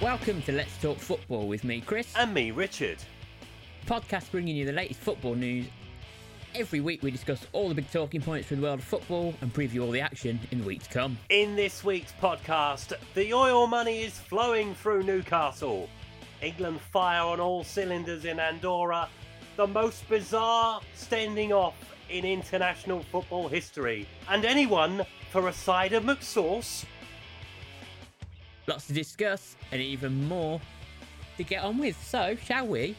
Welcome to Let's Talk Football with me, Chris. And me, Richard. podcast bringing you the latest football news. Every week we discuss all the big talking points from the world of football and preview all the action in the week to come. In this week's podcast, the oil money is flowing through Newcastle. England fire on all cylinders in Andorra. The most bizarre standing off in international football history. And anyone for a side of McSauce? Lots to discuss and even more to get on with. So, shall we?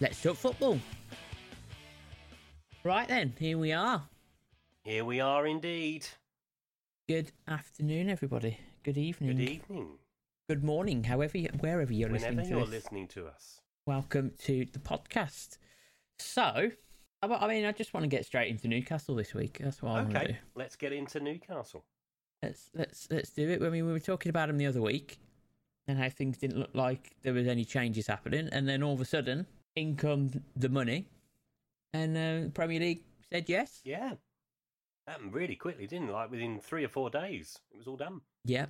Let's talk football. Right then, here we are. Here we are indeed. Good afternoon, everybody. Good evening. Good evening. Good morning, however, you, wherever Mm. you're Whenever listening to you're this. listening to us. Welcome to the podcast. So, I I mean, I just want to get straight into Newcastle this week. That's what I want to do. Okay, let's get into Newcastle. Let's let's let's do it. I mean, we were talking about him the other week, and how things didn't look like there was any changes happening, and then all of a sudden, in come the money, and uh, Premier League said yes. Yeah. Happened really quickly, didn't it? Like within three or four days, it was all done. Yep,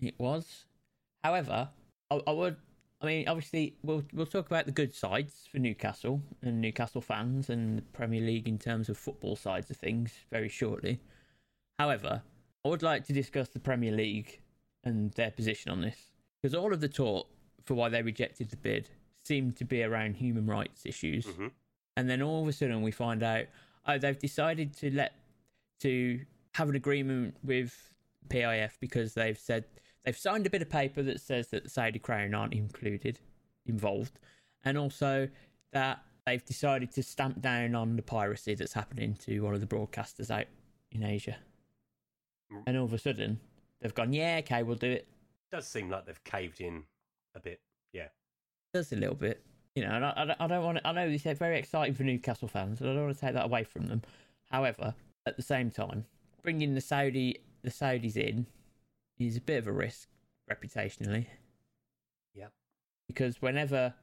it was. However, I, I would. I mean, obviously, we'll we'll talk about the good sides for Newcastle and Newcastle fans and the Premier League in terms of football sides of things very shortly. However, I would like to discuss the Premier League and their position on this because all of the talk for why they rejected the bid seemed to be around human rights issues, Mhm. and then all of a sudden we find out oh they've decided to let to have an agreement with PIF because they've said they've signed a bit of paper that says that the Saudi Crown aren't included, involved, and also that they've decided to stamp down on the piracy that's happening to one of the broadcasters out in Asia. Mm. And all of a sudden, they've gone, yeah, okay, we'll do it. Does seem like they've caved in a bit. Yeah. Does a little bit, you know. And I, I don't- I don't want to. I know this is very exciting for Newcastle fans, and I don't want to take that away from them. However, at the same time, bringing the Saudi the Saudis in is a bit of a risk reputationally. Yep. because whenever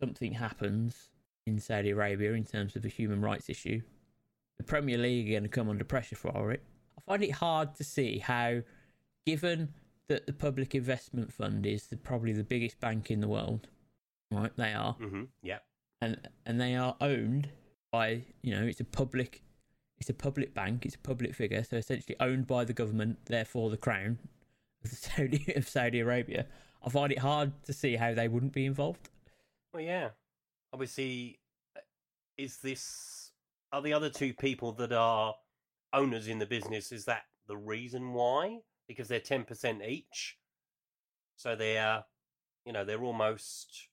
something happens in Saudi Arabia in terms of a human rights issue, the Premier League are going to come under pressure for it. I find it hard to see how, given that the Public Investment Fund is the, probably the biggest bank in the world, right? They are, Mm-hmm. Yep. and and they are owned by you know it's a public, it's a public bank, it's a public figure, so essentially owned by the government, therefore the crown of the Saudi of Saudi Arabia. I find it hard to see how they wouldn't be involved. Well, yeah. Obviously, uh, is this are the other two people that are owners in the business? Is that the reason why? Because they're ten percent each, so they're you know they're almost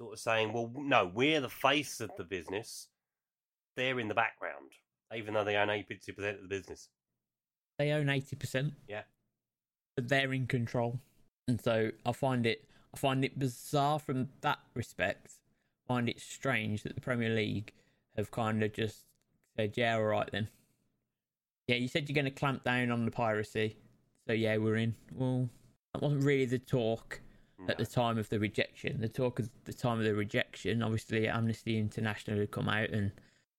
sort of saying, well, no, we're the face of the business. They're in the background, even though they own eighty percent of the business. they own 80% Yeah. but they're in control and so i find it i find it bizarre from that respect find it strange that the premier league have kind of just said yeah all right then yeah you said you're going to clamp down on the piracy so yeah we're in well that wasn't really the talk at the time of the rejection. The talk at the time of the rejection, obviously Amnesty International had come out and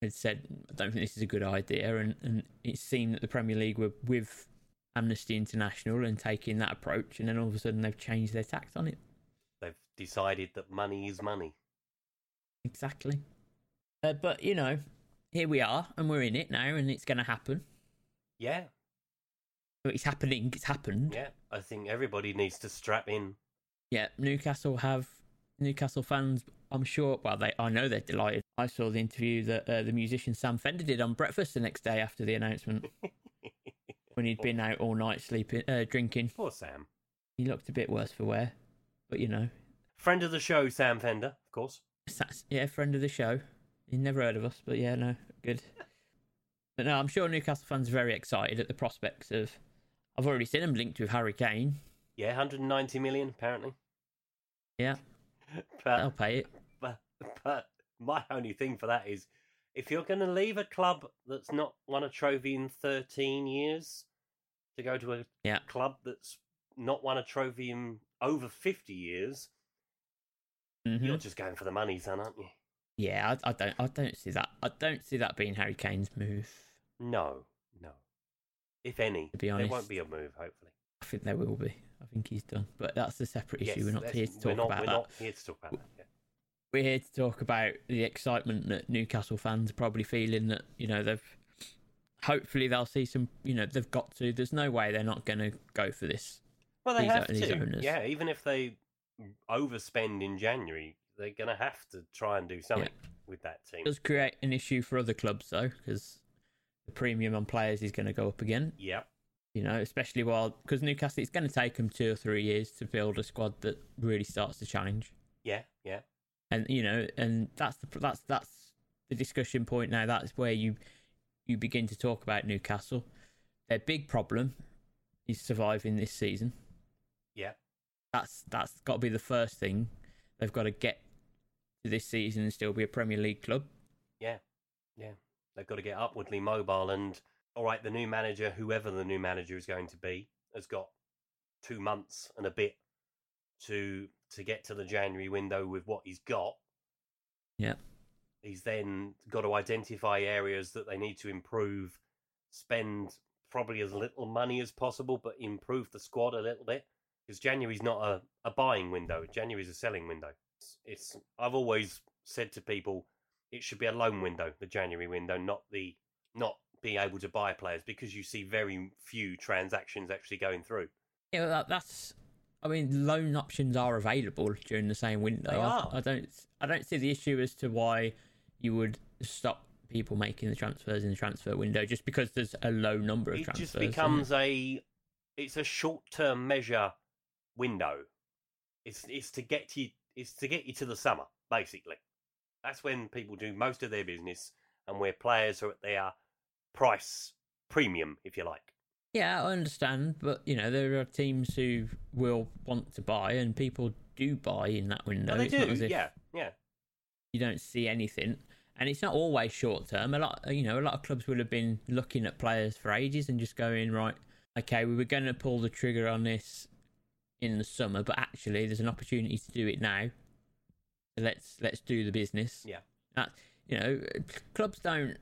had said, I don't think this is a good idea. And, and it seemed that the Premier League were with Amnesty International and taking that approach. And then all of a sudden they've changed their tact on it. They've decided that money is money. Exactly. Uh, but, you know, here we are and we're in it now and it's going to happen. Yeah, It's happening. It's happened. yeah. I think everybody needs to strap in. Yeah, Newcastle have Newcastle fans. I'm sure. Well, they I know they're delighted. I saw the interview that uh, the musician Sam Fender did on Breakfast the next day after the announcement, when he'd been out all night sleeping, uh, drinking. Poor Sam. He looked a bit worse for wear, but you know, Friend of the show, Sam Fender, of course. that's, yeah, friend of the show. He never heard of us, but yeah, no, good. But no, I'm sure Newcastle fans are very excited at the prospects of. I've already seen him linked with Harry Kane. Yeah, 190 million apparently. Yeah, Oh. that'll But, pay it. but, but my only thing for that is if you're going to leave a club that's not won a trophy in 13 years to go to a Yeah. club that's not won a trophy in over 50 years, Mhm. you're just going for the money, son, aren't you? Yeah, I, I don't, I don't see that. I don't see that being Harry Kane's move. No, no. If any, To be there honest. won't be a move, hopefully. I think there will be. I think he's done, but that's a separate issue. we're not that's- here to talk we're not, about we're that. not here to talk about that. yeah. We're here to talk about the excitement that Newcastle fans are probably feeling that you know they've. Hopefully they'll see some. You know they've got to. There's no way they're not going to go for this. Well, they These have o- these to. owners. Yeah, even if they overspend in January, they're going to have to try and do something with that team. It does create an issue for other clubs though, because the premium on players is going to go up again. Yep. You know, especially while because Newcastle, it's going to take them two or three years to build a squad that really starts to challenge. Yeah. Yeah. and you know and that's the that's that's the discussion point now that's where you you begin to talk about newcastle their big problem is surviving this season Yeah. that's that's got to be the first thing they've got to get to this season and still be a premier league club They've got to get upwardly mobile. And all right, the new manager, whoever the new manager is going to be, has got two months and a bit to to get to the January window with what he's got. Yeah. He's then got to identify areas that they need to improve, spend probably as little money as possible, but improve the squad a little bit. Because January's not a, a buying window. January's a selling window. It's, it's I've always said to people, it should be a loan window, the January window, not the not being able to buy players because you see very few transactions actually going through. yeah well, that, that's i mean loan options are available during the same window They I- are. I, don't i don't see the issue as to why you would stop people making the transfers in the transfer window just because there's a low number of It transfers just isn't it? becomes a it's a short term measure window. It's it's to get you it's to get you to the summer basically. That's when people do most of their business and where players are at their price premium, if you like. Yeah, I understand, but you know there are teams who will want to buy, and people do buy in that window. and Oh, they It's not do, as if yeah, yeah, You don't see anything, and it's not always short term. A lot, you know, a lot of clubs will have been looking at players for ages and just going right. Okay, we were going to pull the trigger on this in the summer, but actually, there's an opportunity to do it now. So let's let's do the business. Yeah. that you know, clubs don't.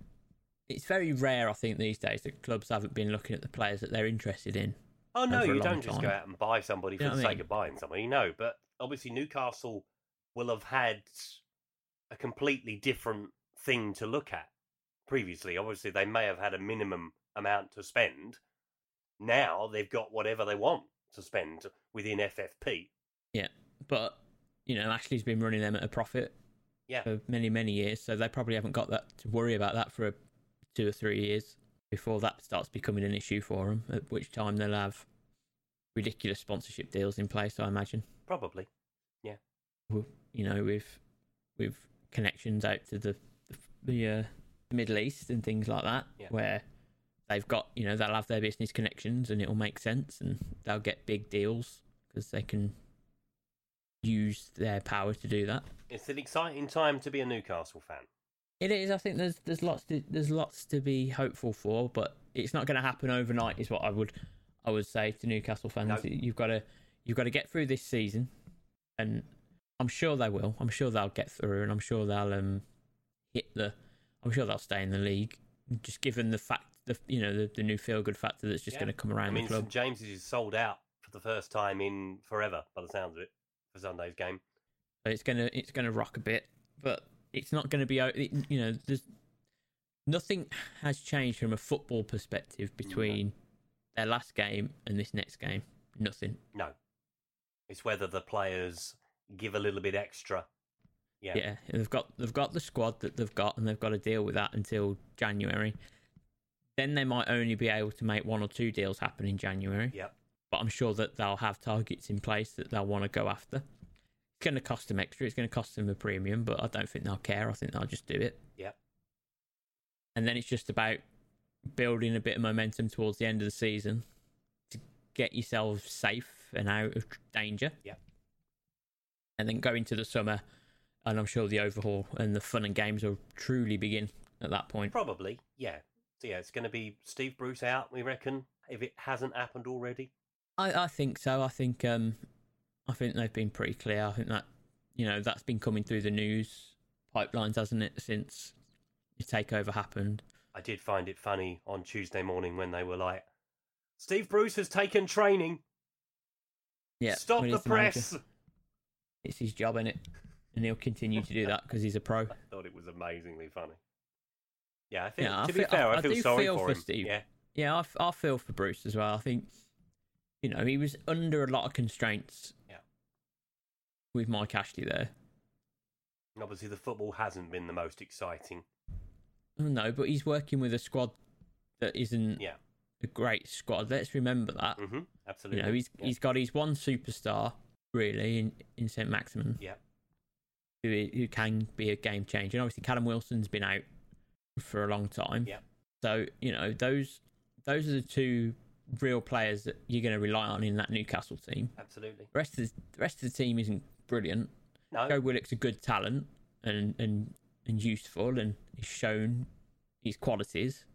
It's very rare, I think, these days that clubs haven't been looking at the players that they're interested in. Oh no, over a you long don't just go time. out and buy somebody for You know the what I sake of buying somebody. No, but obviously Newcastle will have had a completely different thing to look at previously. Obviously, they may have had a minimum amount to spend. Now they've got whatever they want to spend within FFP. but you know Ashley's been running them at a profit Yeah. for many many years, so they probably haven't got that to worry about that for two or three years before that starts becoming an issue for them. At which time they'll have ridiculous sponsorship deals in place, I imagine. Probably. You know, with with connections out to the the, the uh, Middle East and things like that, Yeah. where they've got you know they'll have their business connections and it'll make sense and they'll get big deals because they can use their power to do that. It's an exciting time to be a Newcastle fan. It is. I think there's there's lots to, there's lots to be hopeful for, but it's not going to happen overnight. Is what I would I would say to Newcastle fans. No. You've got to you've got to get through this season, and I'm sure they will. I'm sure they'll get through, and I'm sure they'll um hit the. I'm sure they'll stay in the league. Just given the fact the you know the, the new feel good factor that's just Yeah. going to come around I mean, the club. St James's is sold out for the first time in forever, by the sounds of it, for Sunday's game. So it's gonna it's gonna rock a bit, but it's not gonna be o- it, you know there's nothing has changed from a football perspective between their last game and this next game. Nothing. No. It's whether the players give a little bit extra. Yeah. Yeah. they've got they've got the squad that they've got, and they've got to deal with that until January. Then they might only be able to make one or two deals happen in January. Yep. But I'm sure that they'll have targets in place that they'll want to go after. It's going to cost them extra. It's going to cost them a premium, but I don't think they'll care. I think they'll just do it. Yep. And then it's just about building a bit of momentum towards the end of the season to get yourselves safe and out of danger. Yep. And then go into the summer, and I'm sure the overhaul and the fun and games will truly begin at that point. Probably. Yeah. So, yeah, it's going to be Steve Bruce out, we reckon, if it hasn't happened already. I, I think so. I think um, I think they've been pretty clear. I think that you know that's been coming through the news pipelines, hasn't it, since the takeover happened? I did find it funny on Tuesday morning when they were like, Steve Bruce has taken training. Yeah. Stop when the he's manager. press. It's his job, innit? And he'll continue to do that because he's a pro. I thought it was amazingly funny. Yeah, I think Yeah, I to be feel- I- fair, I, I feel do sorry feel for, for him. Steve. Yeah, Yeah, I, f- I feel for Bruce as well. I think, you know, he was under a lot of constraints. Yeah. With Mike Ashley there. and obviously the football hasn't been the most exciting. No, but he's working with a squad that isn't Yeah. a great squad. Let's remember that. hmm You Absolutely. know, he's Yeah. he's got his one superstar really in, in Saint Maximin. Yeah. Who i- who can be a game changer. And obviously Callum Wilson's been out for a long time. Yeah. So, you know, those those are the two real players that you're gonna rely on in that Newcastle team. absolutely. The rest of the, the rest of the team isn't brilliant. No, Joe Willock's a good talent and and and useful and he's shown his qualities.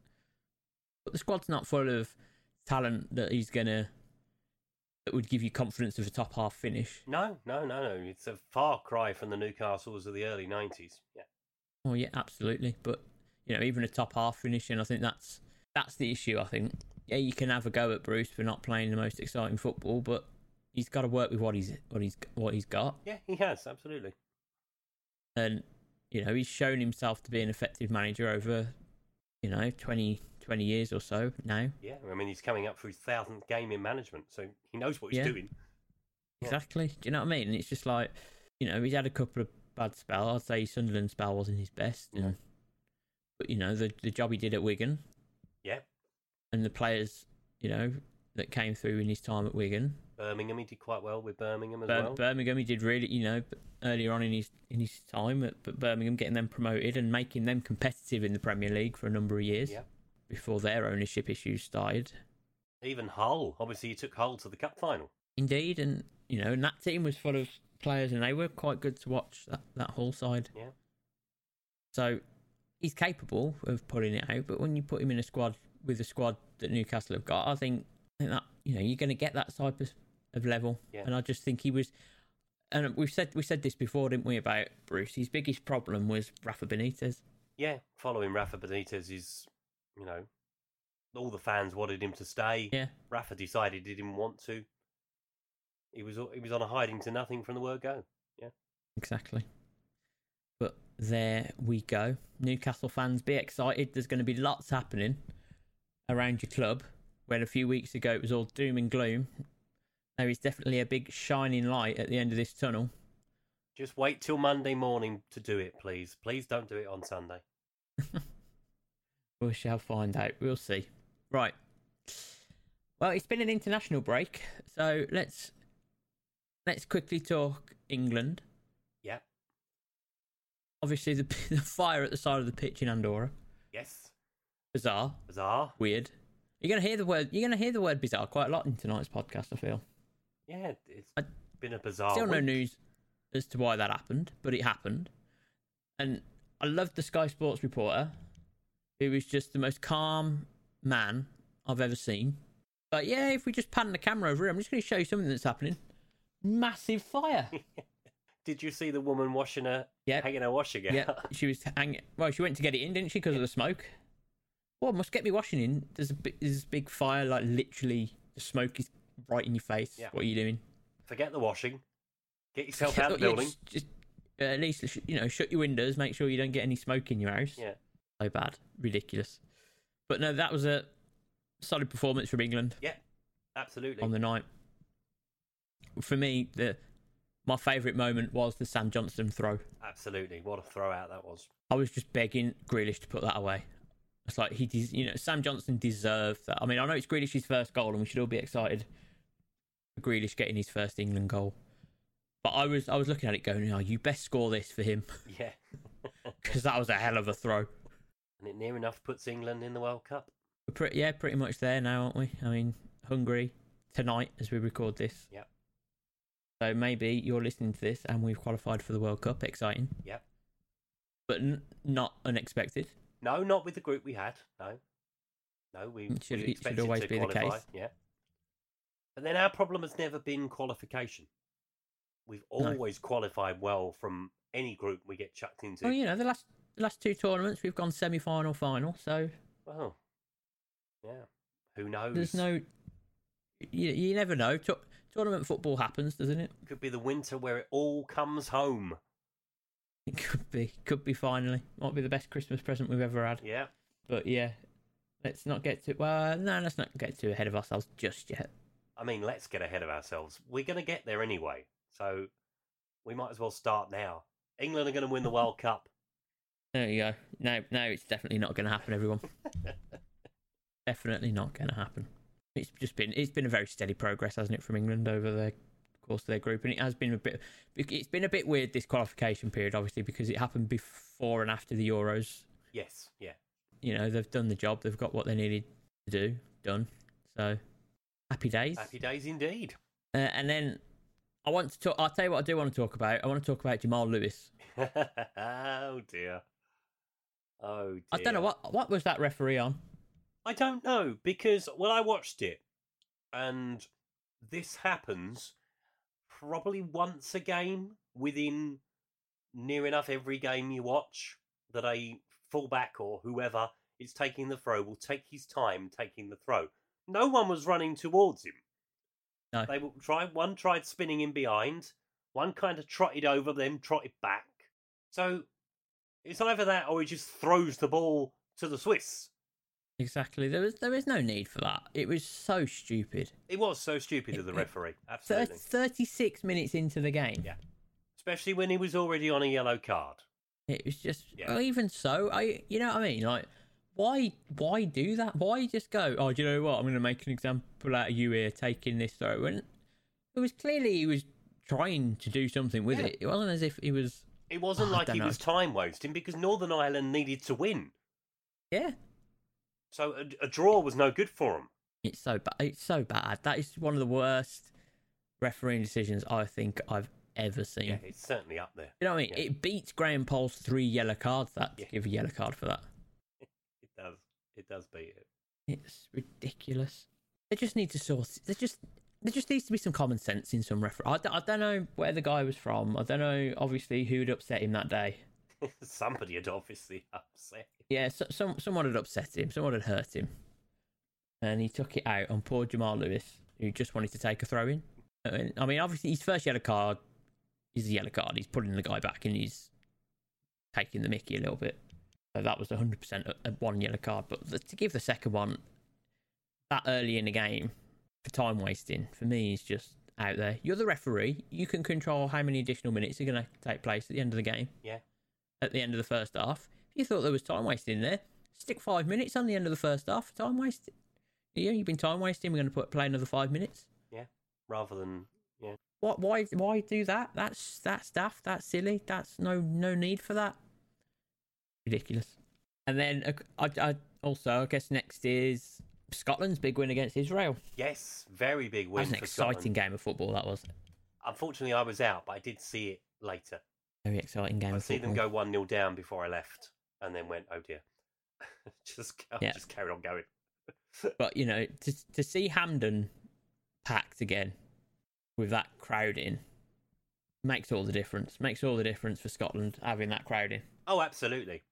But the squad's not full of talent that he's gonna that would give you confidence of a top half finish. no, no, no, no. It's a far cry from the Newcastles of the early nineties. Yeah, Oh yeah, absolutely. But you know, even a top half finish, and I think that's that's the issue. I think yeah, you can have a go at Bruce for not playing the most exciting football, but he's got to work with what he's what he's what he's got. yeah, he has absolutely. and you know he's shown himself to be an effective manager over you know 20 20 years or so now Yeah, I mean he's coming up for his thousandth game in management, so he knows what he's Yeah. doing. Yeah. exactly do you know what i mean and it's just like you know he's had a couple of bad spells i'd say sunderland spell wasn't his best and, No. but you know the, the job he did at wigan Yeah. and the players you know that came through in his time at wigan Birmingham, he did quite well with Birmingham as Bir- well. birmingham he did really you know earlier on in his in his time at but birmingham getting them promoted and making them competitive in the premier league for a number of years Yeah. before their ownership issues started Even Hull, obviously, he took Hull to the cup final. Indeed, and you know, and that team was full of players, and they were quite good to watch that that whole side. Yeah. So he's capable of pulling it out, but when you put him in a squad with a squad that Newcastle have got, I think, I think that you know you're going to get that type of, of level, Yeah. and I just think he was. And we've said we said this before, didn't we, about Bruce? His biggest problem was Rafa Benitez. Yeah, following Rafa Benitez is, you know, all the fans wanted him to stay. Yeah. Rafa decided he didn't want to. He was he was on a hiding to nothing from the word go. Exactly. But there we go. Newcastle fans, be excited. There's going to be lots happening around your club. When a few weeks ago it was all doom and gloom, there is definitely a big shining light at the end of this tunnel. Just wait till Monday morning to do it, please. Please don't do it on Sunday. We shall find out. We'll see. Right. Well, it's been an international break, so let's let's quickly talk England. Yeah. Obviously, the, the fire at the side of the pitch in Andorra. Yes. Bizarre. Bizarre. weird. You're gonna hear the word. You're gonna hear the word bizarre quite a lot in tonight's podcast. I feel. Yeah, it's I- been a bizarre. Still no week. news as to why that happened, but it happened. And I loved the Sky Sports reporter, who was just the most calm man I've ever seen. But yeah, if we just pan the camera over, here, I'm just gonna show you something that's happening. Massive fire. Did you see the woman washing her, Yep. hanging her wash again? yeah, she was hanging. Well, she went to get it in, didn't she? Because of the smoke. Well, must get me washing in. There's a bi- there's this big fire, like literally, the smoke is right in your face. Yeah. What are you doing? Forget the washing. Get yourself out of the Yeah, building. Just, just, uh, at least sh- you know, shut your windows. Make sure you don't get any smoke in your house. Yeah. So bad, ridiculous. But no, that was a solid performance from England Absolutely. on the night. For me, the my favourite moment was the Sam Johnston throw. Absolutely. What a throw out that was. I was just begging Grealish to put that away. It's like he, des- you know, Sam Johnston deserved that. I mean, I know it's Grealish's first goal, and we should all be excited for Grealish getting his first England goal. But I was, I was looking at it going, "Oh, you best score this for him." Yeah. because that was a hell of a throw. and it near enough puts England in the World Cup. We're pretty, yeah, pretty much there now, aren't we? I mean, Hungary tonight as we record this. Yep. So maybe you're listening to this and we've qualified for the World Cup. Exciting. Yep. But n- not unexpected. No, not with the group we had. No, no, we It Mm, should- we it should expected always to be the qualify. case. Yeah, but then our problem has never been qualification. We've No. always qualified well from any group we get chucked into. Well, Oh, you know, the last the last two tournaments we've gone semi final, final. So Well, yeah. Who knows? there's no, you, you never know. Talk, tournament football happens, doesn't it? Could be the winter where it all comes home. It could be, could be finally. Might be the best Christmas present we've ever had. Yeah. But yeah, let's not get too. Well, no, let's not get too ahead of ourselves just yet. I mean, let's get ahead of ourselves. We're going to get there anyway. So we might as well start now. England are going to win the World Cup. There you go. No, no, it's definitely not going to happen, everyone. definitely not going to happen. It's just been it's been a very steady progress, hasn't it, from England over the course of their group, and it has been a bit. It's been a bit weird this qualification period, obviously, because it happened before and after the Euros. Yes. Yeah. You know, they've done the job. They've got what they needed to do done. So happy days. Happy days indeed. Uh, and then I want to talk. I'll tell you what I do want to talk about. I want to talk about Jamal Lewis. oh dear. Oh dear. I don't know what what was that referee on. I don't know because well I watched it and this happens probably once a game within near enough every game you watch that a fullback or whoever is taking the throw will take his time taking the throw. No one was running towards him. No. They will try one tried spinning in behind, one kind of trotted over, then trotted back. So it's either that or he just throws the ball to the Swiss. Exactly. There was there is no need for that. It was so stupid. It was so stupid of the It- it- referee, Thir- absolutely. 36 minutes into the game. Yeah. Especially when he was already on a yellow card. It was just Yeah. well, even so, I you know what I mean? Like why why do that? Why just go, Oh, do you know what? I'm gonna make an example out of you here taking this throw and it was clearly he was trying to do something with Yeah. it. It wasn't as if he was It wasn't Oh, I like he dunno. was time wasting because Northern Ireland needed to win. Yeah. So a, a draw was no good for him. It's so bad it's so bad. That is one of the worst refereeing decisions I think I've ever seen. Yeah, it's certainly up there. You know what I mean? Yeah. It beats Graham Paul's three yellow cards that to Yeah. give a yellow card for that. It does. It does beat it. It's ridiculous. They just need to sort. They just there just needs to be some common sense in some referee. I, d- I don't know where the guy was from. I don't know, obviously, who'd upset him that day. Somebody had obviously upset. him. Yeah, so, some someone had upset him. Someone had hurt him, and he took it out on poor Jamal Lewis, who just wanted to take a throw in. And, I mean, obviously, his first yellow card is a yellow card. He's pulling the guy back and he's taking the Mickey a little bit. So that was 100% a, a one yellow card. But the, to give the second one that early in the game for time wasting for me is just out there. You're the referee. You can control how many additional minutes are going to take place at the end of the game Yeah. at the end of the first half. If you thought there was time wasted in there, stick five minutes on the end of the first half. Time wasted. Yeah, you've been time wasting. We're going to put play another five minutes. Rather than What? Why? Why do that? That's that's daft. That's silly. That's no no need for that. Ridiculous. And then uh, I, I also I guess next is Scotland's big win against Israel. yes, very big That win was an for exciting Scotland. game of football. That was Unfortunately, I was out, but I did see it later. very exciting game. I of see them football. go one 0 down before I left, and then went, "Oh dear," just I Yeah. just carried on going. But you know, to to see Hamden packed again with that crowd in makes all the difference. Makes all the difference for Scotland having that crowd in. Oh, absolutely.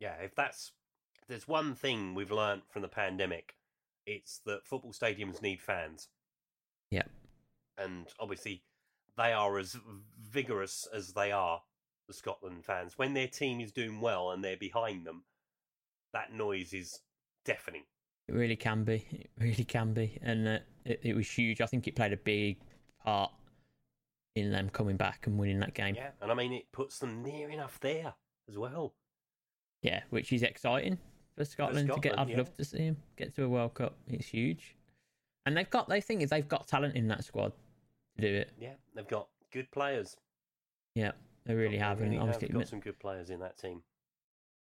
Yeah, if that's if there's one thing we've learnt from the pandemic, it's that football stadiums need fans. Yep. And obviously they are as vigorous as they are the Scotland fans. When their team is doing well and they're behind them, that noise is deafening. It really can be. It really can be, and uh, it, it was huge. I think it played a big part in them coming back and winning that game. Yeah, Yeah. And I mean it puts them near enough there as well. which is exciting for Scotland, to get. Scotland, I'd yeah. love to see them get to a World Cup. It's huge, and they've got. They think they've got talent in that squad to do it. Yeah. They've got good players. Yeah, they really have, They and really have obviously, got some good players in that team.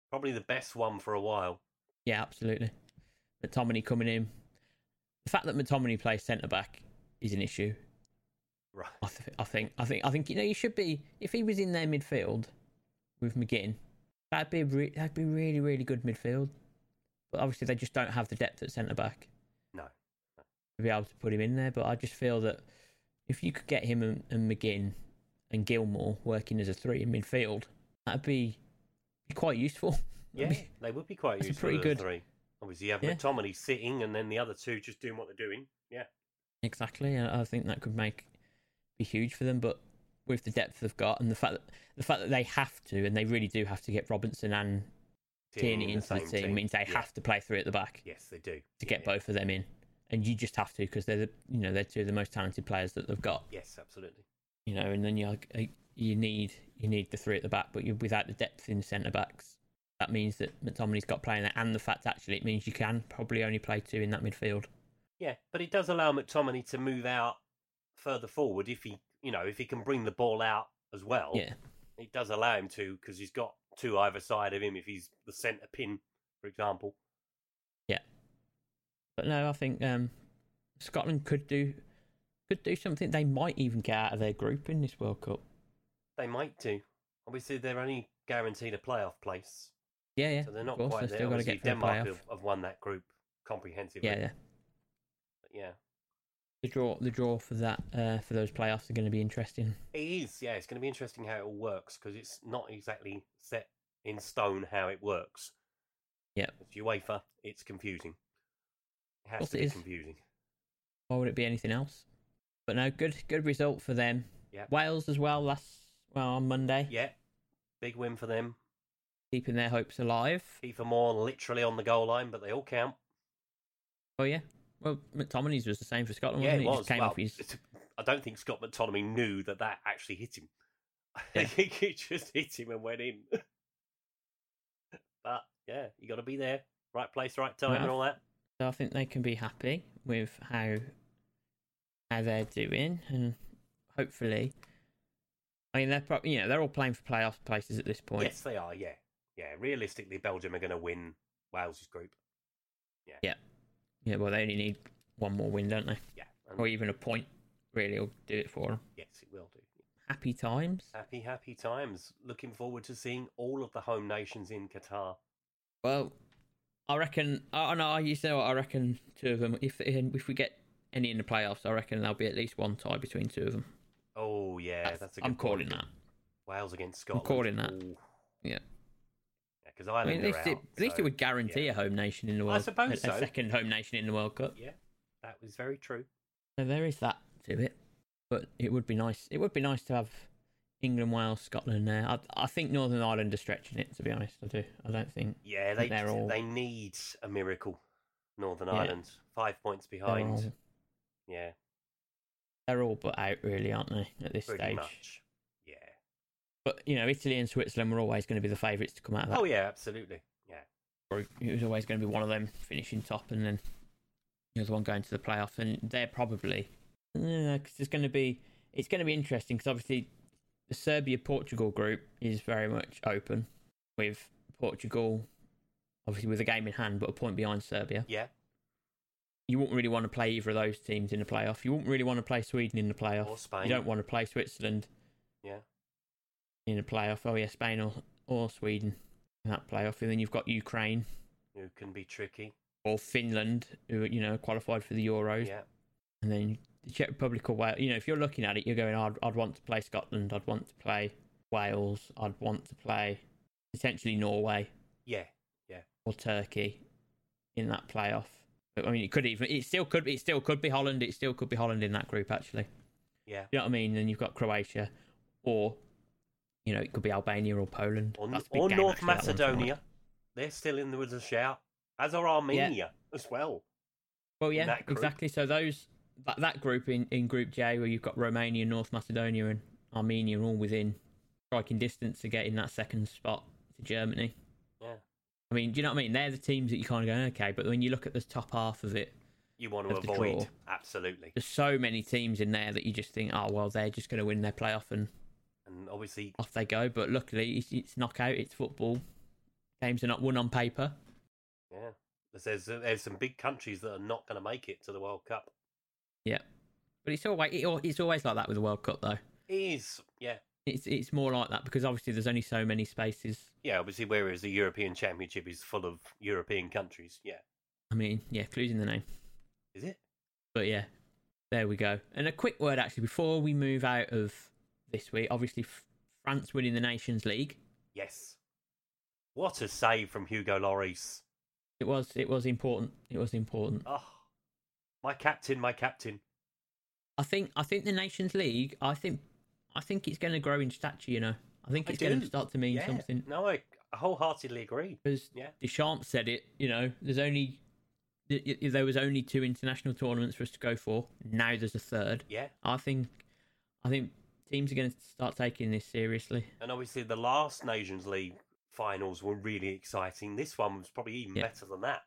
Probably the best one for a while. Yeah, absolutely. McTominay coming in. The fact that McTominay plays centre back is an issue. Right. I, th- I think. I think. I think. You know, you should be. If he was in their midfield with McGinn, that'd be a re- that'd be really really good midfield. But obviously, they just don't have the depth at centre back No. to be able to put him in there. But I just feel that if you could get him and, and McGinn and Gilmore working as a three in midfield, that'd be, be quite useful. Yeah, That'd be- they would be quite that's a useful. pretty as a good- three. Obviously, you have Yeah. McTominay sitting, and then the other two just doing what they're doing. Yeah, Exactly, and I think that could make be huge for them. But with the depth they've got and the fact that the fact that they have to and they really do have to get Robinson and Tierney in into the same team, means they Yeah. have to play three at the back Yes, they do. to get Yeah. both of them in, and you just have to because they're the, you know they're two of the most talented players that they've got. Yes, absolutely. You know, and then you you need you need the three at the back, but you without the depth in centre backs, that means that McTominay's got playing there, and the fact actually it means you can probably only play two in that midfield. Yeah, but it does allow McTominay to move out further forward if he, you know, if he can bring the ball out as well. Yeah, it does allow him to because he's got two either side of him if he's the centre pin, for example. but no, I think um, Scotland could do could do something. They might even get out of their group in this World Cup. They might do. Obviously, they're only guaranteed a playoff place, Yeah, yeah. so they're not of course, quite they've there. still got to Obviously, get to the Denmark playoff. have, have won that group comprehensively. Yeah, yeah. But yeah, The draw, the draw for that uh, for those playoffs are going to be interesting. it is. Yeah, it's going to be interesting how it all works because it's not exactly set in stone how it works. Yep. It's UEFA. It's confusing. It has course to it be is. confusing. Why would it be anything else? But no, good, good result for them. Yeah. Wales as well. Last well on Monday, Yeah, big win for them. keeping their hopes alive. Kiefer Moore literally on the goal line, but they all count. Oh yeah. Well, McTominay's was the same for Scotland, wasn't yeah, it? it was. just came Well, off his. I don't think Scott McTominay knew that that actually hit him. I Yeah. think it just hit him and went in. but yeah, you got to be there, right place, right time, and Well, all that. So I think they can be happy with how how they're doing, and hopefully, I mean they're probably you know they're all playing for playoff places at this point. Yes, they are. Yeah, yeah. Realistically, Belgium are going to win Wales's group. Yeah. Well, they only need one more win, don't they? Yeah, and Or even a point, really, will do it for them. yes, it will do. Happy times. Happy, happy times. Looking forward to seeing all of the home nations in Qatar. Well, I reckon. I know. You say what I reckon. Two of them. If if we get any in the playoffs, I reckon there'll be at least one tie between two of them. Oh yeah, that's, a good. I'm point. calling that. Wales against Scotland. calling that. Ooh. Yeah. Because I mean, Ireland at are least, out. it, at least so- it would guarantee a home nation in the world. suppose a, so. a second home nation in the World Cup. Yeah, that was very true. So there is that to it. But it would be nice. It would be nice to have England, Wales, Scotland there. I, I think Northern Ireland are stretching it. To be honest, I do. I don't think Yeah, they But they're all- they need a miracle. Northern Yeah. Ireland, five points they're behind. all, Yeah, they're all but out, really, aren't they? At this pretty stage. much. Yeah. But you know, Italy and Switzerland were always going to be the favourites to come out of that Oh yeah, absolutely. Yeah. group. It was always going to be one of them finishing top and then the other one going to the playoffs. And they're probably because it's going to be it's going to be interesting because obviously the Serbia Portugal group is very much open with Portugal obviously with a game in hand but a point behind Serbia. Yeah. You wouldn't really want to play either of those teams in the playoff. You wouldn't really want to play Sweden in the playoff. Or Spain. You don't want to play Switzerland. Yeah. In a playoff. Oh yeah, Spain or or Sweden in that playoff. And then you've got Ukraine Who can be tricky? or Finland, who you know qualified for the Euros, Yeah. and then the Czech Republic or Wales. You know, if you're looking at it, you're going, I'd, I'd want to play Scotland, I'd want to play Wales, I'd want to play potentially Norway Yeah. or Turkey in that playoff. But, I mean, it could even, it still could, it still could be Holland, it still could be Holland in that group actually. Yeah. You know what I mean? And you've got Croatia, or you know, it could be Albania or Poland Or, That's a big or game, North actually, that one, isn't it? Macedonia. They're still in the with a shout. As are Armenia as well. Well, in yeah, that group. exactly. So those that, that group in, in Group J, where you've got Romania, North Macedonia, and Armenia, all within striking distance to get in that second spot to Germany. Yeah. I mean, do you know what I mean? They're the teams that you kind of go, okay, but when you look at the top half of it, You want to Of the avoid. draw. Absolutely. there's so many teams in there that you just think, oh well, they're just going to win their playoff and And obviously off they go. But luckily, it's, it's knockout, it's football. Games are not won on paper. yeah. There's there's some big countries that are not gonna make it to the World Cup. Yeah, but it's always it, al- it's always like that with the World Cup, though. It is yeah. It's it's more like that because obviously there's only so many spaces Yeah, obviously, whereas the European Championship is full of European countries. Yeah. I mean, yeah, clues in the name. Is it? But yeah, there we go. And a quick word actually before we move out of this week. Obviously, F- France winning the Nations League. Yes. What a save from Hugo Lloris. It was it was important. It was important. Oh, my captain, my captain. I think I think the Nations League. I think I think it's going to grow in stature. You know, I think I it's going do. to start to mean yeah. something No, I wholeheartedly agree. because Yeah. Deschamps said it. You know, there's only th- y- there was only two international tournaments for us to go for. Now there's a third. Yeah. I think I think teams are going to start taking this seriously. And obviously, the last Nations League finals were really exciting. This one was probably even Yeah. better than that.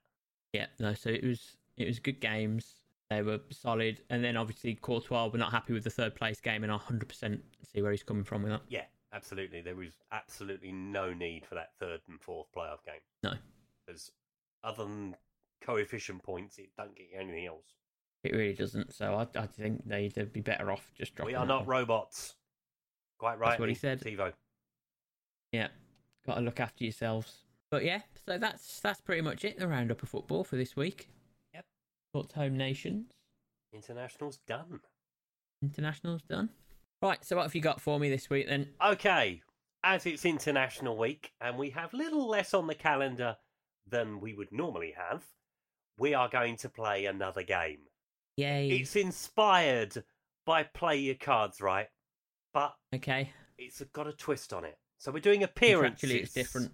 Yeah, no. So it was it was good games. They were solid, and then obviously Courtois were not happy with the third place game, and I 100% see where he's coming from with that. Yeah, absolutely. There was absolutely no need for that third and fourth playoff game. No. Because other than coefficient points, it don't get you anything else. It really doesn't. So I, I think they'd they'd be better off just dropping. we are that not one. robots. Quite right. That's what he said. TiVo. Yeah, got to look after yourselves. But yeah, so that's that's pretty much it. The roundup of football for this week. Yep. Thoughts home nations International's done. internationals done. Right. So what have you got for me this week then? Okay, as it's International Week and we have little less on the calendar than we would normally have, we are going to play another game. Yay. It's inspired by Play Your Cards Right, but okay. it's got a twist on it. So we're doing appearances. Actually, it's different.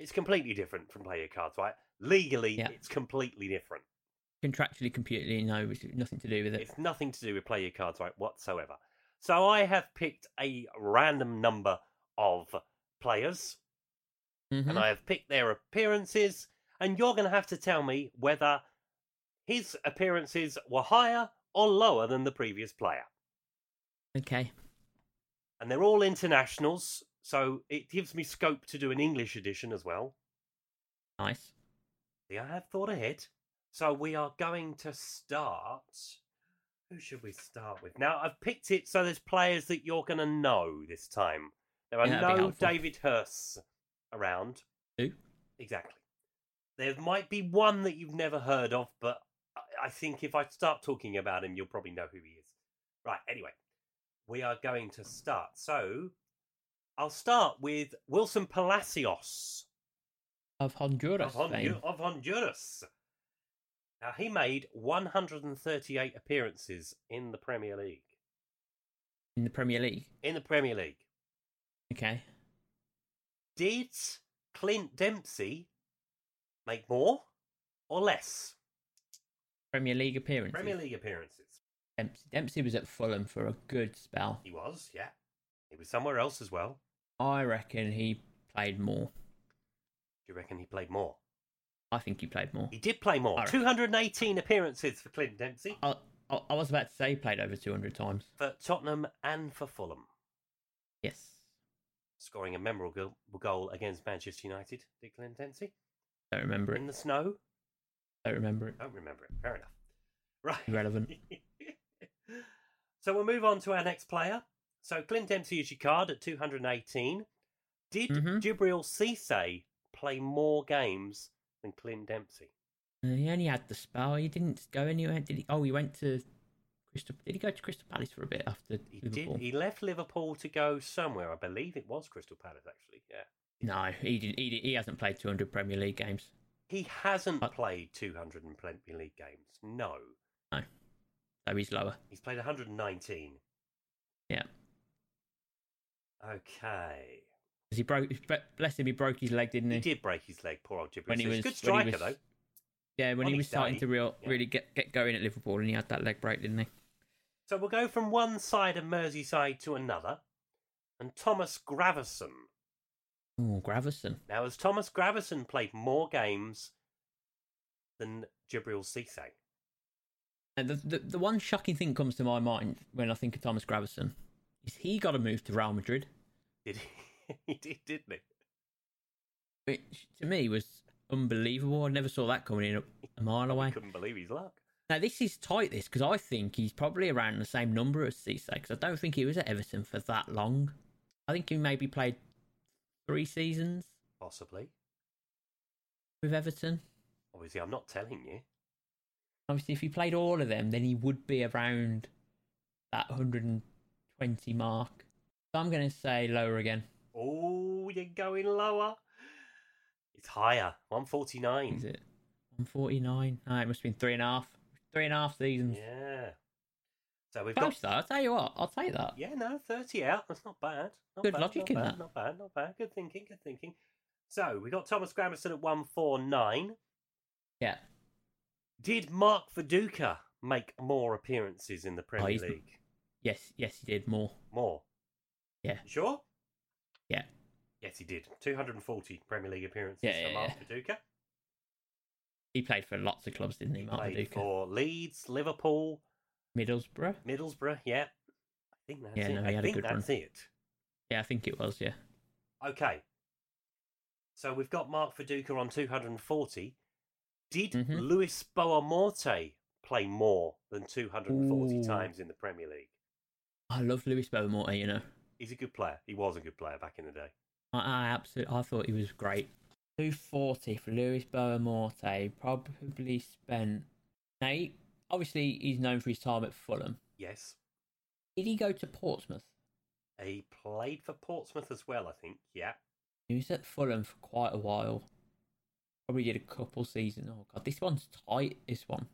It's completely different from Play Your Cards Right. Legally, Yeah. it's completely different. Contractually, completely no, it's nothing to do with it. It's nothing to do with Play Your Cards Right whatsoever. So I have picked a random number of players Mhm. and I have picked their appearances, and you're going to have to tell me whether his appearances were higher or lower than the previous player. Okay. And they're all internationals, so it gives me scope to do an English edition as well. Nice. See, I have thought ahead. So we are going to start. Who should we start with? Now, I've picked it so there's players that you're going to know this time. There are Yeah, that'd be no helpful. David Hursts around. Who? Exactly. There might be one that you've never heard of, but I- I think if I start talking about him, you'll probably know who he is. Right, anyway, we are going to start. So I'll start with Wilson Palacios Of Honduras. of, Hondu- fame. of Honduras. Now, he made 138 appearances in the Premier League. in the Premier League. In the Premier League. Okay. Did Clint Dempsey make more or less Premier League appearances. Premier League appearances? Dempsey. Dempsey was at Fulham for a good spell. He was, yeah. He was somewhere else as well. I reckon he played more. Do you reckon he played more? I think he played more. He did play more. I reckon. 218 appearances for Clint Dempsey I, I, I was about to say he played over 200 times. for Tottenham and for Fulham, Yes. scoring a memorable go- goal against Manchester United. Did Clint Dempsey? Don't remember it. In the snow? Don't remember it. Don't remember it. Fair enough. Right. Irrelevant. so we'll move on to our next player. So Clint Dempsey is your card at 218. Did Mhm. Jibril Cisse play more games than Clint Dempsey? Uh, he only had the spell. He didn't go anywhere, did he? Oh, he went to Crystal. Did he go to Crystal Palace for a bit after He Liverpool? did. He left Liverpool to go somewhere. I believe it was Crystal Palace, actually. Yeah. No, he didn't. He, did, he hasn't played 200 Premier League games. He hasn't Uh, played 200 and plenty league games. No. So he's lower. He's played 119. Yeah. Okay. 'Cause he broke. Bless him, he broke his leg, didn't he? He did break his leg, poor old Jibril. When he Cisse. was good striker, when he was, though. Yeah, when On he his was starting day, to real, yeah. really get get going at Liverpool, and he had that leg break, didn't he? So we'll go from one side of Merseyside to another. And Thomas Gravison. Oh, Gravison. Now, has Thomas Gravison played more games than Jibril Cisse? And the, the the one shocking thing comes to my mind when I think of Thomas Gravison is he got a move to Real Madrid, Did he? he did, didn't he? which to me was unbelievable. I never saw that coming in a, a mile away. Couldn't believe his luck. Now this is tight, this because I think he's probably around the same number as Cisse because I don't think he was at Everton for that long. I think he maybe played three seasons Possibly. with Everton. Obviously, I'm not telling you. Obviously, if he played all of them, then he would be around that 120 mark. So I'm going to say lower again. Oh, you're going lower. It's higher. 149. Is it 149? No, it must have been three and a half. Three and a half seasons. Yeah. So we've got Close though. I'll tell you what. I'll take that. yeah, no, 30 out. That's not bad. Not Good bad, logic not in bad, that. Not bad, not bad. Good thinking, good thinking. So we got Thomas Gramerson at 149. Yeah. Did Mark Viduka make more appearances in the Premier Oh, he's- League? Yes. Yes, he did more. More? Yeah. You sure? Yeah. Yes, he did. 240 Premier League appearances Yeah, for yeah, Mark Viduka. He played for lots of clubs, didn't he, He Mark played Viduka? for Leeds, Liverpool, Middlesbrough. Middlesbrough. Yeah. I think that's Yeah, it. no, he I had a think good run. that's it. Yeah, I think it was. Yeah. Okay. So we've got Mark Viduka on 240. Did Mhm. Luis Boamorte play more than 240 Ooh. times in the Premier League? I love Lewis Bowmore. You know, He's a good player. He was a good player back in the day. I, I absolutely. I thought he was great. Two forty for Lewis Boamorte. Probably spent. Now, he, obviously, he's known for his time at Fulham. Yes. Did he go to Portsmouth? He played for Portsmouth as well, I think. Yeah. He was at Fulham for quite a while. Probably did a couple seasons. Oh god, this one's tight. This one.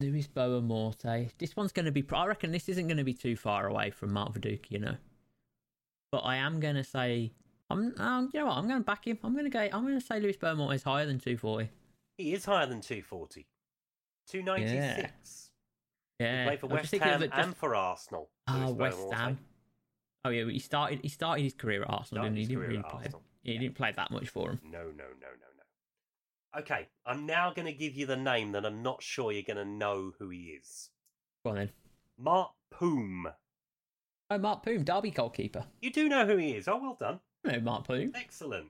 Luis Boamorte. This one's going to be. I reckon this isn't going to be too far away from Mark Viduka, you know. But I am going to say, I'm. Um, you know what? I'm going to back him. I'm going to go. I'm going to say Luis Boamorte is higher than two forty. He is higher than 240. 296. Yeah, He played for I was West Eh, just thinking Ham of it just- and for Arsenal. Ah, Luis West Boamorte. Ham. Oh yeah, but he started. He started his career at Arsenal, didn't Started he? his He didn't career really at play. Arsenal. He didn't play that much for him. No, no, no, no, no. Okay, I'm now going to give you the name that I'm not sure you're going to know who he is. Go on then. Mark Poom. Oh, Mark Poom, Derby goalkeeper. You do know who he is. Oh, well done. No, Mark Poom. Excellent.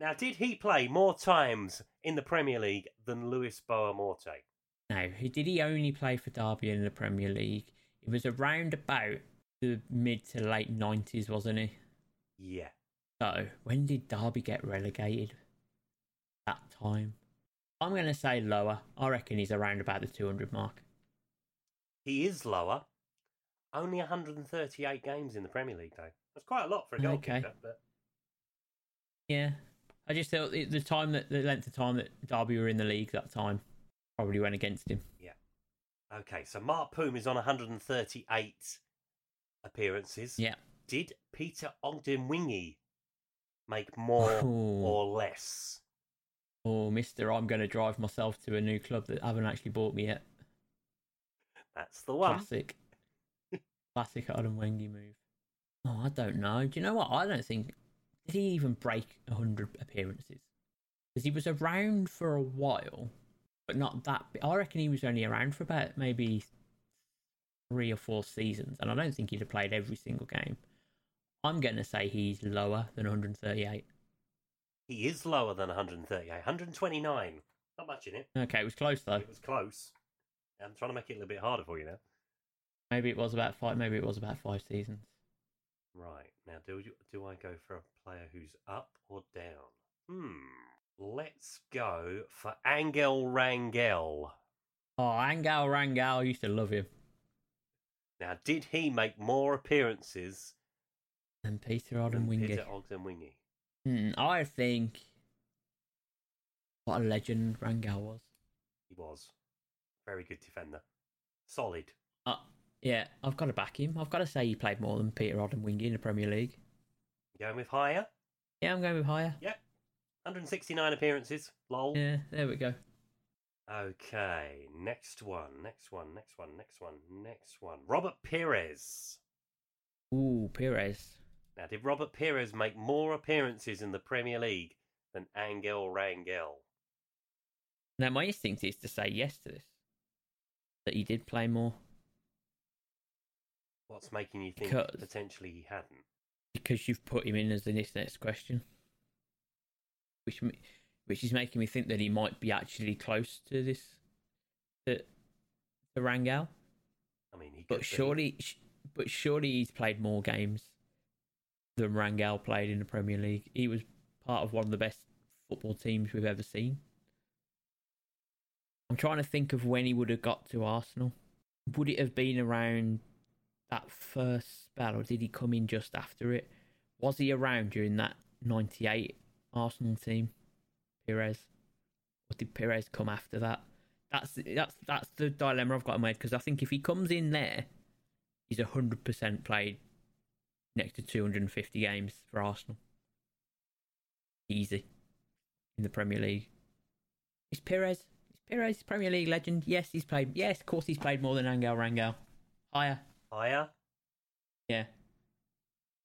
Now, did he play more times in the Premier League than Luis Boamorte? No, he did. He only play for Derby in the Premier League. It was around about the mid to late nineties, wasn't he? Yeah. So when did Derby get relegated? That time. I'm going to say lower. I reckon he's around about the 200 mark. He is lower. Only 138 games in the Premier League, though. That's quite a lot for a goalkeeper. Okay. But Yeah. I just thought the, the time that the length of time that Derby were in the league that time probably went against him. okay, so Mark Poom is on 138 appearances. Yeah. Did Peter Ogden Wingy make more Ooh. or less? Oh, Mister, I'm going to drive myself to a new club that haven't actually bought me yet. That's the one. Classic. Classic Adam Wengi move. Oh, I don't know. Do you know what? I don't think. Did he even break 100 appearances? Because he was around for a while, but not that. bi- I reckon he was only around for about maybe three or four seasons, and I don't think he'd have played every single game. I'm going to say he's lower than 138. He is lower than 138. 129. Not much in it. Okay, it was close though. It was close. I'm trying to make it a little bit harder for you now. Maybe it was about five. Maybe it was about five seasons. Right. Now, do, you, do I go for a player who's up or down? Hmm. Let's go for Angel Rangel. Oh, Angel Rangel, I used to love him. Now, did he make more appearances And Peter Odden than Wingate. Peter Ogden Wingy? Hmm, I think what a legend Rangel was. He was. Very good defender. Solid. Uh, yeah, I've got to back him. I've got to say he played more than Peter Odden Wingy in the Premier League. Going with higher. Yeah, I'm going with higher. 169 appearances. Lol. Yeah, there we go. Okay, next one, next one, next one, next one, next one. Robert Pires. Ooh, Pires. Now, did Robert Pires make more appearances in the Premier League than Angel Rangel? Now my instinct is to say yes to this. That he did play more What's making you think Because- potentially he hadn't? because you've put him in as the this next question, which m- which is making me think that he might be actually close to this to, to Rangel. I mean, he could But be. surely, sh- but surely he's played more games than Rangel played in the Premier League. He was part of one of the best football teams we've ever seen. I'm trying to think of when he would have got to Arsenal. Would it have been around that first spell, or did he come in just after it? Was he around during that '98 Arsenal team, Perez, or did Perez come after that? That's that's that's the dilemma I've got to make because I think if he comes in there he's hundred percent played next to two hundred and fifty games for Arsenal. Easy in the Premier League. Is Pires? Is Pires Premier League legend? Yes, he's played. Yes, of course he's played more than Angel Rangel. Higher, Higher, yeah.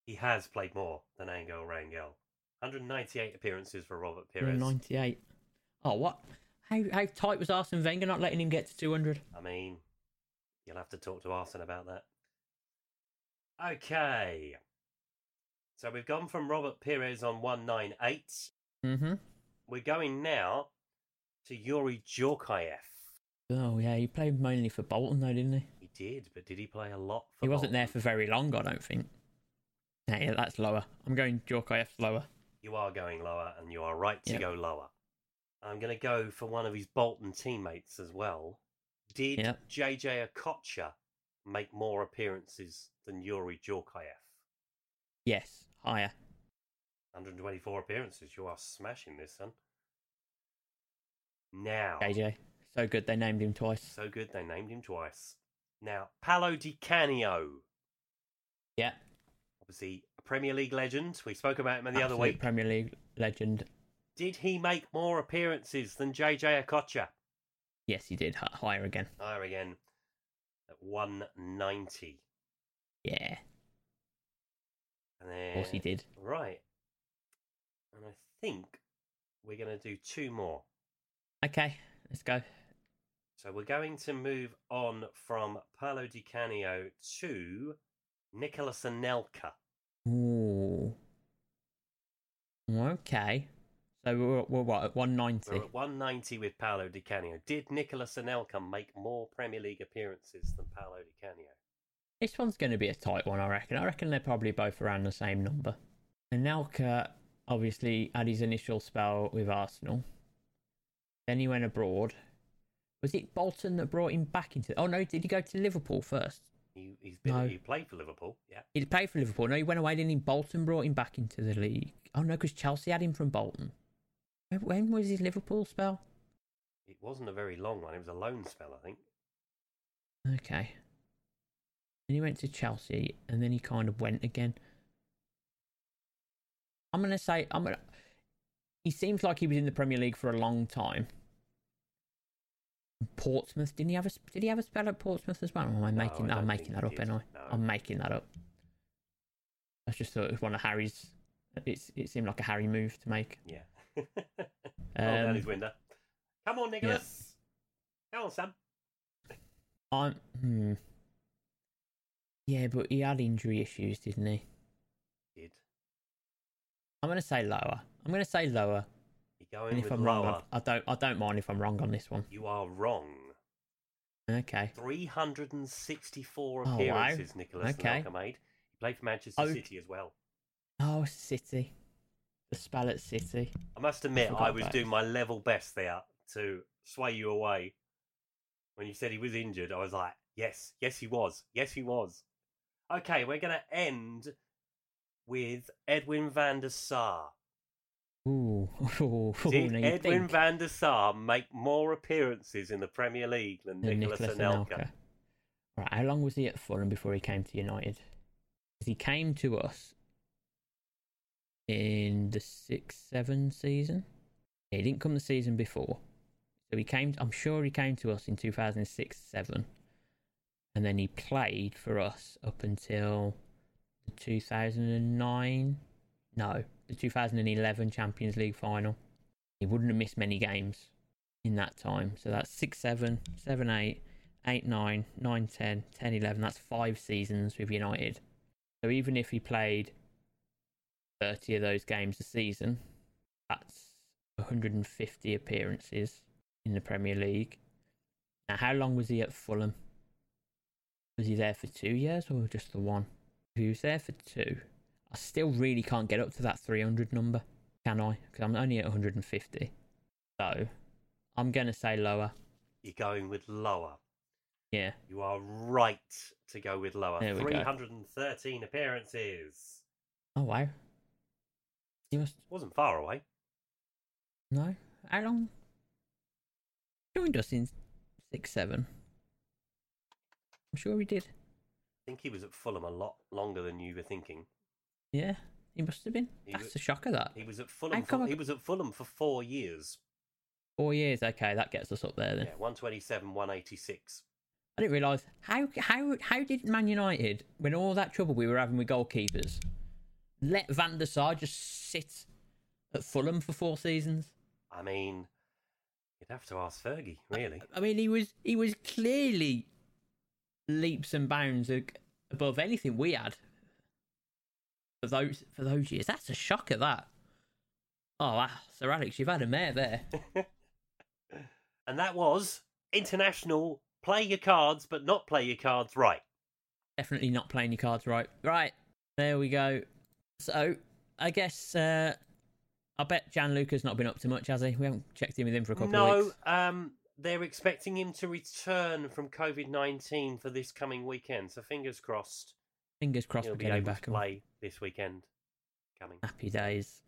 he has played more than Angel Rangel. 198 appearances for Robert Pires. 198. Oh, what? How how tight was Arsene Wenger not letting him get to 200? I mean, you'll have to talk to Arsene about that. Okay. So we've gone from Robert Pires on 198. Mm-hmm. We're going now to Yuri Jorkaev. Oh, yeah, he played mainly for Bolton, though, didn't he? He did, but did he play a lot for He wasn't Bolton? there for very long, I don't think. Nah, yeah, that's lower. I'm going Jorkaev lower. You are going lower, and you are right to Yep. go lower. I'm going to go for one of his Bolton teammates as well. Did Yep. JJ Okocha make more appearances than Yuri Jorkaev? Yes, higher. 124 appearances. You are smashing this, son. Now, JJ. So good they named him twice. so good they named him twice. Now, Palo Di Canio, Yeah. obviously a Premier League legend. We spoke about him the other absolute week. Premier League legend. Did he make more appearances than JJ Okocha? Yes, he did. Hi- Higher again. Higher again at 190. Yeah, And then, of course he did. Right. And I think we're going to do two more. Okay, let's go. So we're going to move on from Paolo Di Canio to Nicolas Anelka. Ooh. Okay. So we're, we're what, at 190? We're at 190 with Paolo Di Canio. Did Nicolas Anelka make more Premier League appearances than Paolo Di Canio? This one's going to be a tight one, I reckon. I reckon they're probably both around the same number. Anelka obviously had his initial spell with Arsenal. Then he went abroad. Was it Bolton that brought him back into? Oh no, did he go to Liverpool first? He, he's been, No. he played for Liverpool, yeah. He played for Liverpool. No, he went away, didn't he? Bolton brought him back into the league. Oh no, because Chelsea had him from Bolton. When- When was his Liverpool spell? It wasn't a very long one. It was a loan spell, I think. Okay. Then he went to Chelsea, and then he kind of went again. I'm gonna say I'm gonna. He seems like he was in the Premier League for a long time. Portsmouth didn't he have a did he have a spell at Portsmouth as well? Or am I No, making I I'm don't making think that up, he am did. I? No. I'm making that up. I just thought it was one of Harry's. It's it seemed like a Harry move to make. Yeah. Roll Um, down his window. Come on, Nicholas. Come on, Sam. I'm. Hmm. Yeah, but he had injury issues, didn't he? Did I'm gonna say lower. I'm gonna say lower. he go in And if with I'm lower? wrong, I, I don't. I don't mind if I'm wrong on this one. You are wrong. Okay. 364 Oh, wow. appearances Nicholas Okay. Anelka made. He played for Manchester Oh. City as well. Oh, City. The spell at City. I must admit, I, forgot was about doing it. my level best there to sway you away. When you said he was injured, I was like, yes, yes, he was. Yes, he was. Okay, we're going to end with Edwin van der Sar. Ooh. Ooh. Did now you Edwin think. van der Sar make more appearances in the Premier League than than Nicholas Nicolas Anelka? Anelka. Right. How long was he at Fulham before he came to United? 'Cause He came to us in the six seven season. Yeah, he didn't come the season before. So he came. I'm sure he came to us in 2006 seven, and then he played for us up until the 2009. No, the 2011 Champions League final. He wouldn't have missed many games in that time. So that's 6 7, 7 8, 8 9, 9 10, 10 11. That's five seasons with United. So even if he played 30 of those games a season, that's 150 appearances in the Premier League. Now, how long was he at Fulham? Was he there for two years or just the one? If he was there for two, I still really can't get up to that 300 number, can I? Because I'm only at 150. So, I'm going to say lower. You're going with lower. Yeah. You are right to go with lower. There we go. 313 appearances. Oh, wow. He must. Wasn't far away. No? How long? Joined us in 6 7. I'm sure he did. think he was at Fulham a lot longer than you were thinking. Yeah, he must have been. He That's was- a shocker. That He was at Fulham. And For, Covent- he was at Fulham for four years. four years. Okay, that gets us up there then. Yeah, one twenty-seven, one eighty-six. I didn't realise how how how did Man United, when all that trouble we were having with goalkeepers, let Van der Sar just sit at Fulham for four seasons? I mean, you'd have to ask Fergie, really. I mean, he was he was clearly leaps and bounds a- above anything we had for those for those years. That's a shocker. That. Oh, wow. Sir Alex, you've had a mare there. and that was international. Play your cards, but not play your cards right. Definitely not playing your cards right. Right, there we go. So, I guess uh, I bet Gianluca's not been up to much, has he? We haven't checked in with him for a couple of No, weeks. um, they're expecting him to return from COVID nineteen for this coming weekend. So fingers crossed, Fingers crossed he'll we're be getting able back to on play this weekend. Coming. happy days.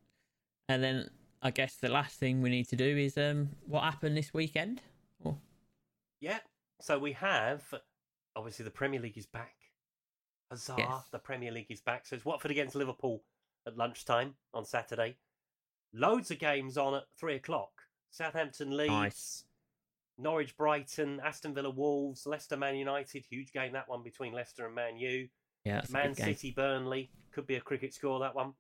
And then I guess the last thing we need to do is um, what happened this weekend. Or Yeah. So we have obviously the Premier League is back. Huzzah! Yes. The Premier League is back. So it's Watford against Liverpool at lunchtime on Saturday. Loads of games on at three o'clock. Southampton Leeds, Nice. Norwich Brighton, Aston Villa Wolves, Leicester Man United. Huge game that one between Leicester and Man U. yeah, that's a Man good game. City Burnley could be a cricket score that one.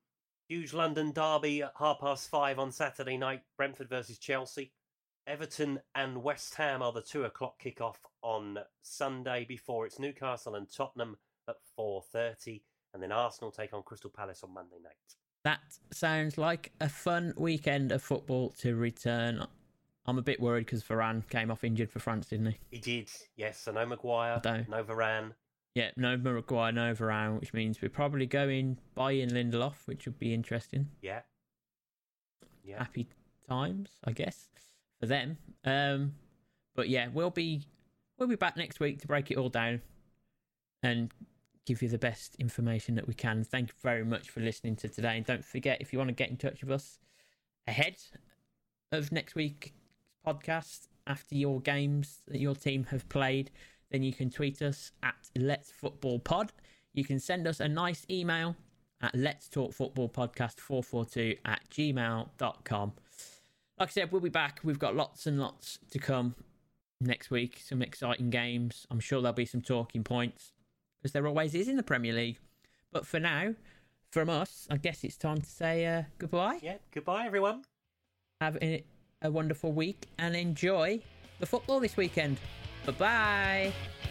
Huge London derby at half past five on Saturday night. Brentford versus Chelsea. Everton and West Ham are the two o'clock kickoff on Sunday. Before it's Newcastle and Tottenham at four thirty, and then Arsenal take on Crystal Palace on Monday night. That sounds like a fun weekend of football to return. I'm a bit worried because Varane came off injured for France, didn't he? He did, yes. So no Maguire, Don't. no Varane. Yeah, no Maguire, no Varane, which means we're probably going buying Lindelof, which would be interesting. Yeah, yeah. Happy times, I guess, for them. Um, but yeah, we'll be we'll be back next week to break it all down and give you the best information that we can. Thank you very much for listening to today, and don't forget if you want to get in touch with us ahead of next week's podcast after your games that your team have played, then you can tweet us at Let's Football Pod. You can send us a nice email at Let's Talk Football Podcast 442 at gmail.com. Like I said, we'll be back. We've got lots and lots to come next week. Some exciting games. I'm sure there'll be some talking points because there always is in the Premier League. But for now, from us, I guess it's time to say uh, goodbye Yeah. Goodbye, everyone. have a, a wonderful week and enjoy the football this weekend. Bye bye.